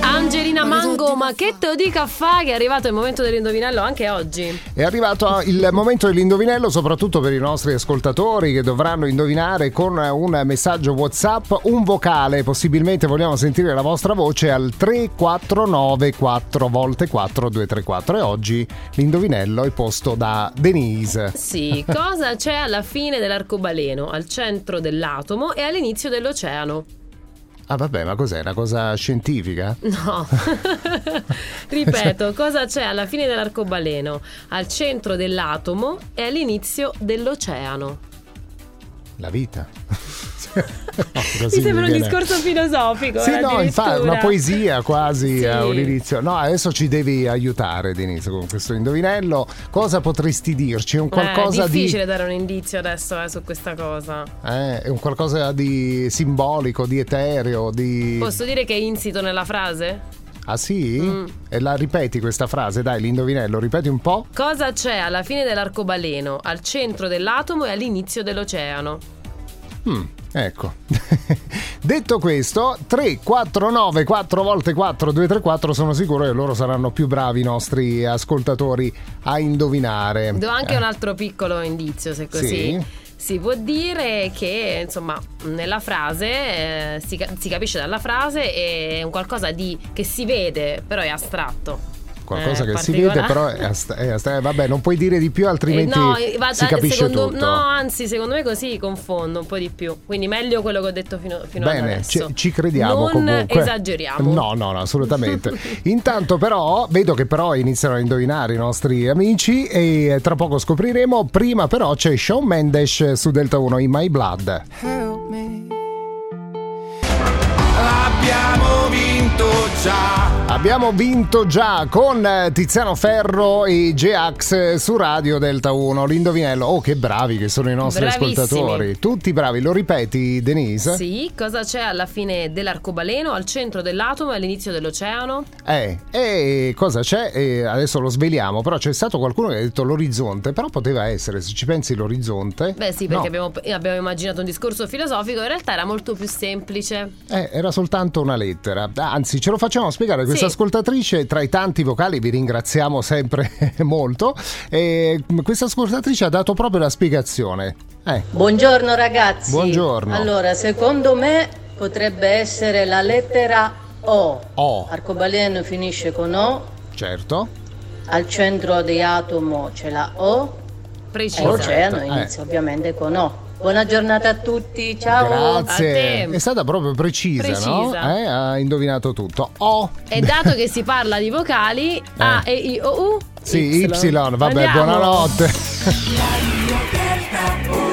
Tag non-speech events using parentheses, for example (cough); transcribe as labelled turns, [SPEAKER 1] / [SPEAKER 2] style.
[SPEAKER 1] Martina Mango, ma che te lo dica fa che è arrivato il momento dell'indovinello anche oggi.
[SPEAKER 2] È arrivato il momento dell'indovinello, soprattutto per i nostri ascoltatori che dovranno indovinare con un messaggio WhatsApp un vocale. Possibilmente vogliamo sentire la vostra voce al 3494 volte 4234. E oggi l'indovinello è posto da Denise.
[SPEAKER 1] Sì, (laughs) cosa c'è alla fine dell'arcobaleno, al centro dell'atomo e all'inizio dell'oceano?
[SPEAKER 2] Ah, vabbè, ma cos'è? Una cosa scientifica?
[SPEAKER 1] No. (laughs) Ripeto, cosa c'è alla fine dell'arcobaleno, al centro dell'atomo e all'inizio dell'oceano?
[SPEAKER 2] La vita. (laughs) No, così
[SPEAKER 1] Mi sembra un
[SPEAKER 2] viene-
[SPEAKER 1] discorso filosofico.
[SPEAKER 2] Sì,
[SPEAKER 1] eh,
[SPEAKER 2] no, infatti,
[SPEAKER 1] addirittura.
[SPEAKER 2] una poesia quasi
[SPEAKER 1] Sì.
[SPEAKER 2] a un inizio. No, adesso ci devi aiutare, Denise, con questo indovinello. Cosa potresti dirci? Un qualcosa
[SPEAKER 1] Eh, è
[SPEAKER 2] di.
[SPEAKER 1] difficile dare un indizio adesso eh, su questa cosa.
[SPEAKER 2] eh, un qualcosa di simbolico, di etereo, di.
[SPEAKER 1] Posso dire che è insito nella frase?
[SPEAKER 2] Ah sì?
[SPEAKER 1] Mm.
[SPEAKER 2] E la ripeti questa frase, dai, l'indovinello, ripeti un po'.
[SPEAKER 1] Cosa c'è alla fine dell'arcobaleno, al centro dell'atomo e all'inizio dell'oceano?
[SPEAKER 2] Mm, ecco. (laughs) Detto questo, 3, 4, 9, 4 volte 4, 2, 3, 4 sono sicuro che loro saranno più bravi i nostri ascoltatori a indovinare.
[SPEAKER 1] Do anche
[SPEAKER 2] Eh,
[SPEAKER 1] un altro piccolo indizio, se così.
[SPEAKER 2] Sì.
[SPEAKER 1] Si può dire che, insomma, nella frase, eh, si, ca- si capisce dalla frase, è un qualcosa di, che si vede, però è astratto.
[SPEAKER 2] Qualcosa
[SPEAKER 1] Eh,
[SPEAKER 2] che si vede, però
[SPEAKER 1] particolare.
[SPEAKER 2] è ast- è ast- eh, vabbè, non puoi dire di più, altrimenti
[SPEAKER 1] Eh, eh, va-
[SPEAKER 2] si capisce
[SPEAKER 1] secondo-
[SPEAKER 2] tutto.
[SPEAKER 1] No, anzi, secondo me così confondo un po' di più. Quindi meglio quello che ho detto fino, fino ad
[SPEAKER 2] Bene, ci,
[SPEAKER 1] adesso.
[SPEAKER 2] ci crediamo
[SPEAKER 1] non
[SPEAKER 2] comunque.
[SPEAKER 1] esageriamo.
[SPEAKER 2] No, no,
[SPEAKER 1] (laughs)
[SPEAKER 2] no, assolutamente. Intanto però vedo che però iniziano a indovinare i nostri amici e tra poco scopriremo. Prima però c'è Shawn Mendes su Delta 1 in My Blood.
[SPEAKER 3] Help me.
[SPEAKER 4] Abbiamo vinto già.
[SPEAKER 2] Abbiamo vinto già con eh, Tiziano Ferro e J-Ax eh, su Radio Delta 1. L'indovinello. Oh, che bravi che sono i nostri
[SPEAKER 1] Bravissimi.
[SPEAKER 2] ascoltatori. Tutti bravi, lo ripeti, Denise?
[SPEAKER 1] Sì, cosa c'è alla fine dell'arcobaleno, al centro dell'atomo e all'inizio dell'oceano?
[SPEAKER 2] Eh, e cosa c'è? Eh, adesso lo sveliamo, però c'è stato qualcuno che ha detto l'orizzonte, però poteva essere, se ci pensi l'orizzonte.
[SPEAKER 1] Beh sì, perché
[SPEAKER 2] no.
[SPEAKER 1] abbiamo, abbiamo immaginato un discorso filosofico, in realtà era molto più semplice.
[SPEAKER 2] Eh, era soltanto una lettera. Anzi, ce lo facciamo spiegare a questa
[SPEAKER 1] Sì.
[SPEAKER 2] ascoltatrice, tra i tanti vocali vi ringraziamo sempre (laughs) molto. E questa ascoltatrice ha dato proprio la spiegazione. Eh,
[SPEAKER 5] Buongiorno ragazzi.
[SPEAKER 2] Buongiorno.
[SPEAKER 5] Allora, secondo me potrebbe essere la lettera O.
[SPEAKER 2] O,
[SPEAKER 5] Arcobaleno finisce con O,
[SPEAKER 2] certo.
[SPEAKER 5] al centro di atomo c'è la O e
[SPEAKER 1] Preciso.
[SPEAKER 2] Esatto, Oggi.
[SPEAKER 5] l'oceano
[SPEAKER 2] eh.
[SPEAKER 5] inizia ovviamente con O. Buona giornata a tutti, ciao.
[SPEAKER 1] A
[SPEAKER 2] Grazie.
[SPEAKER 1] te.
[SPEAKER 2] È stata proprio precisa, no?
[SPEAKER 1] Precisa.
[SPEAKER 2] Eh, ha indovinato tutto. O.
[SPEAKER 1] E dato che si parla di vocali, A, E, I, O, U,
[SPEAKER 2] Sì, Y, vabbè,
[SPEAKER 1] Andiamo.
[SPEAKER 2] buonanotte.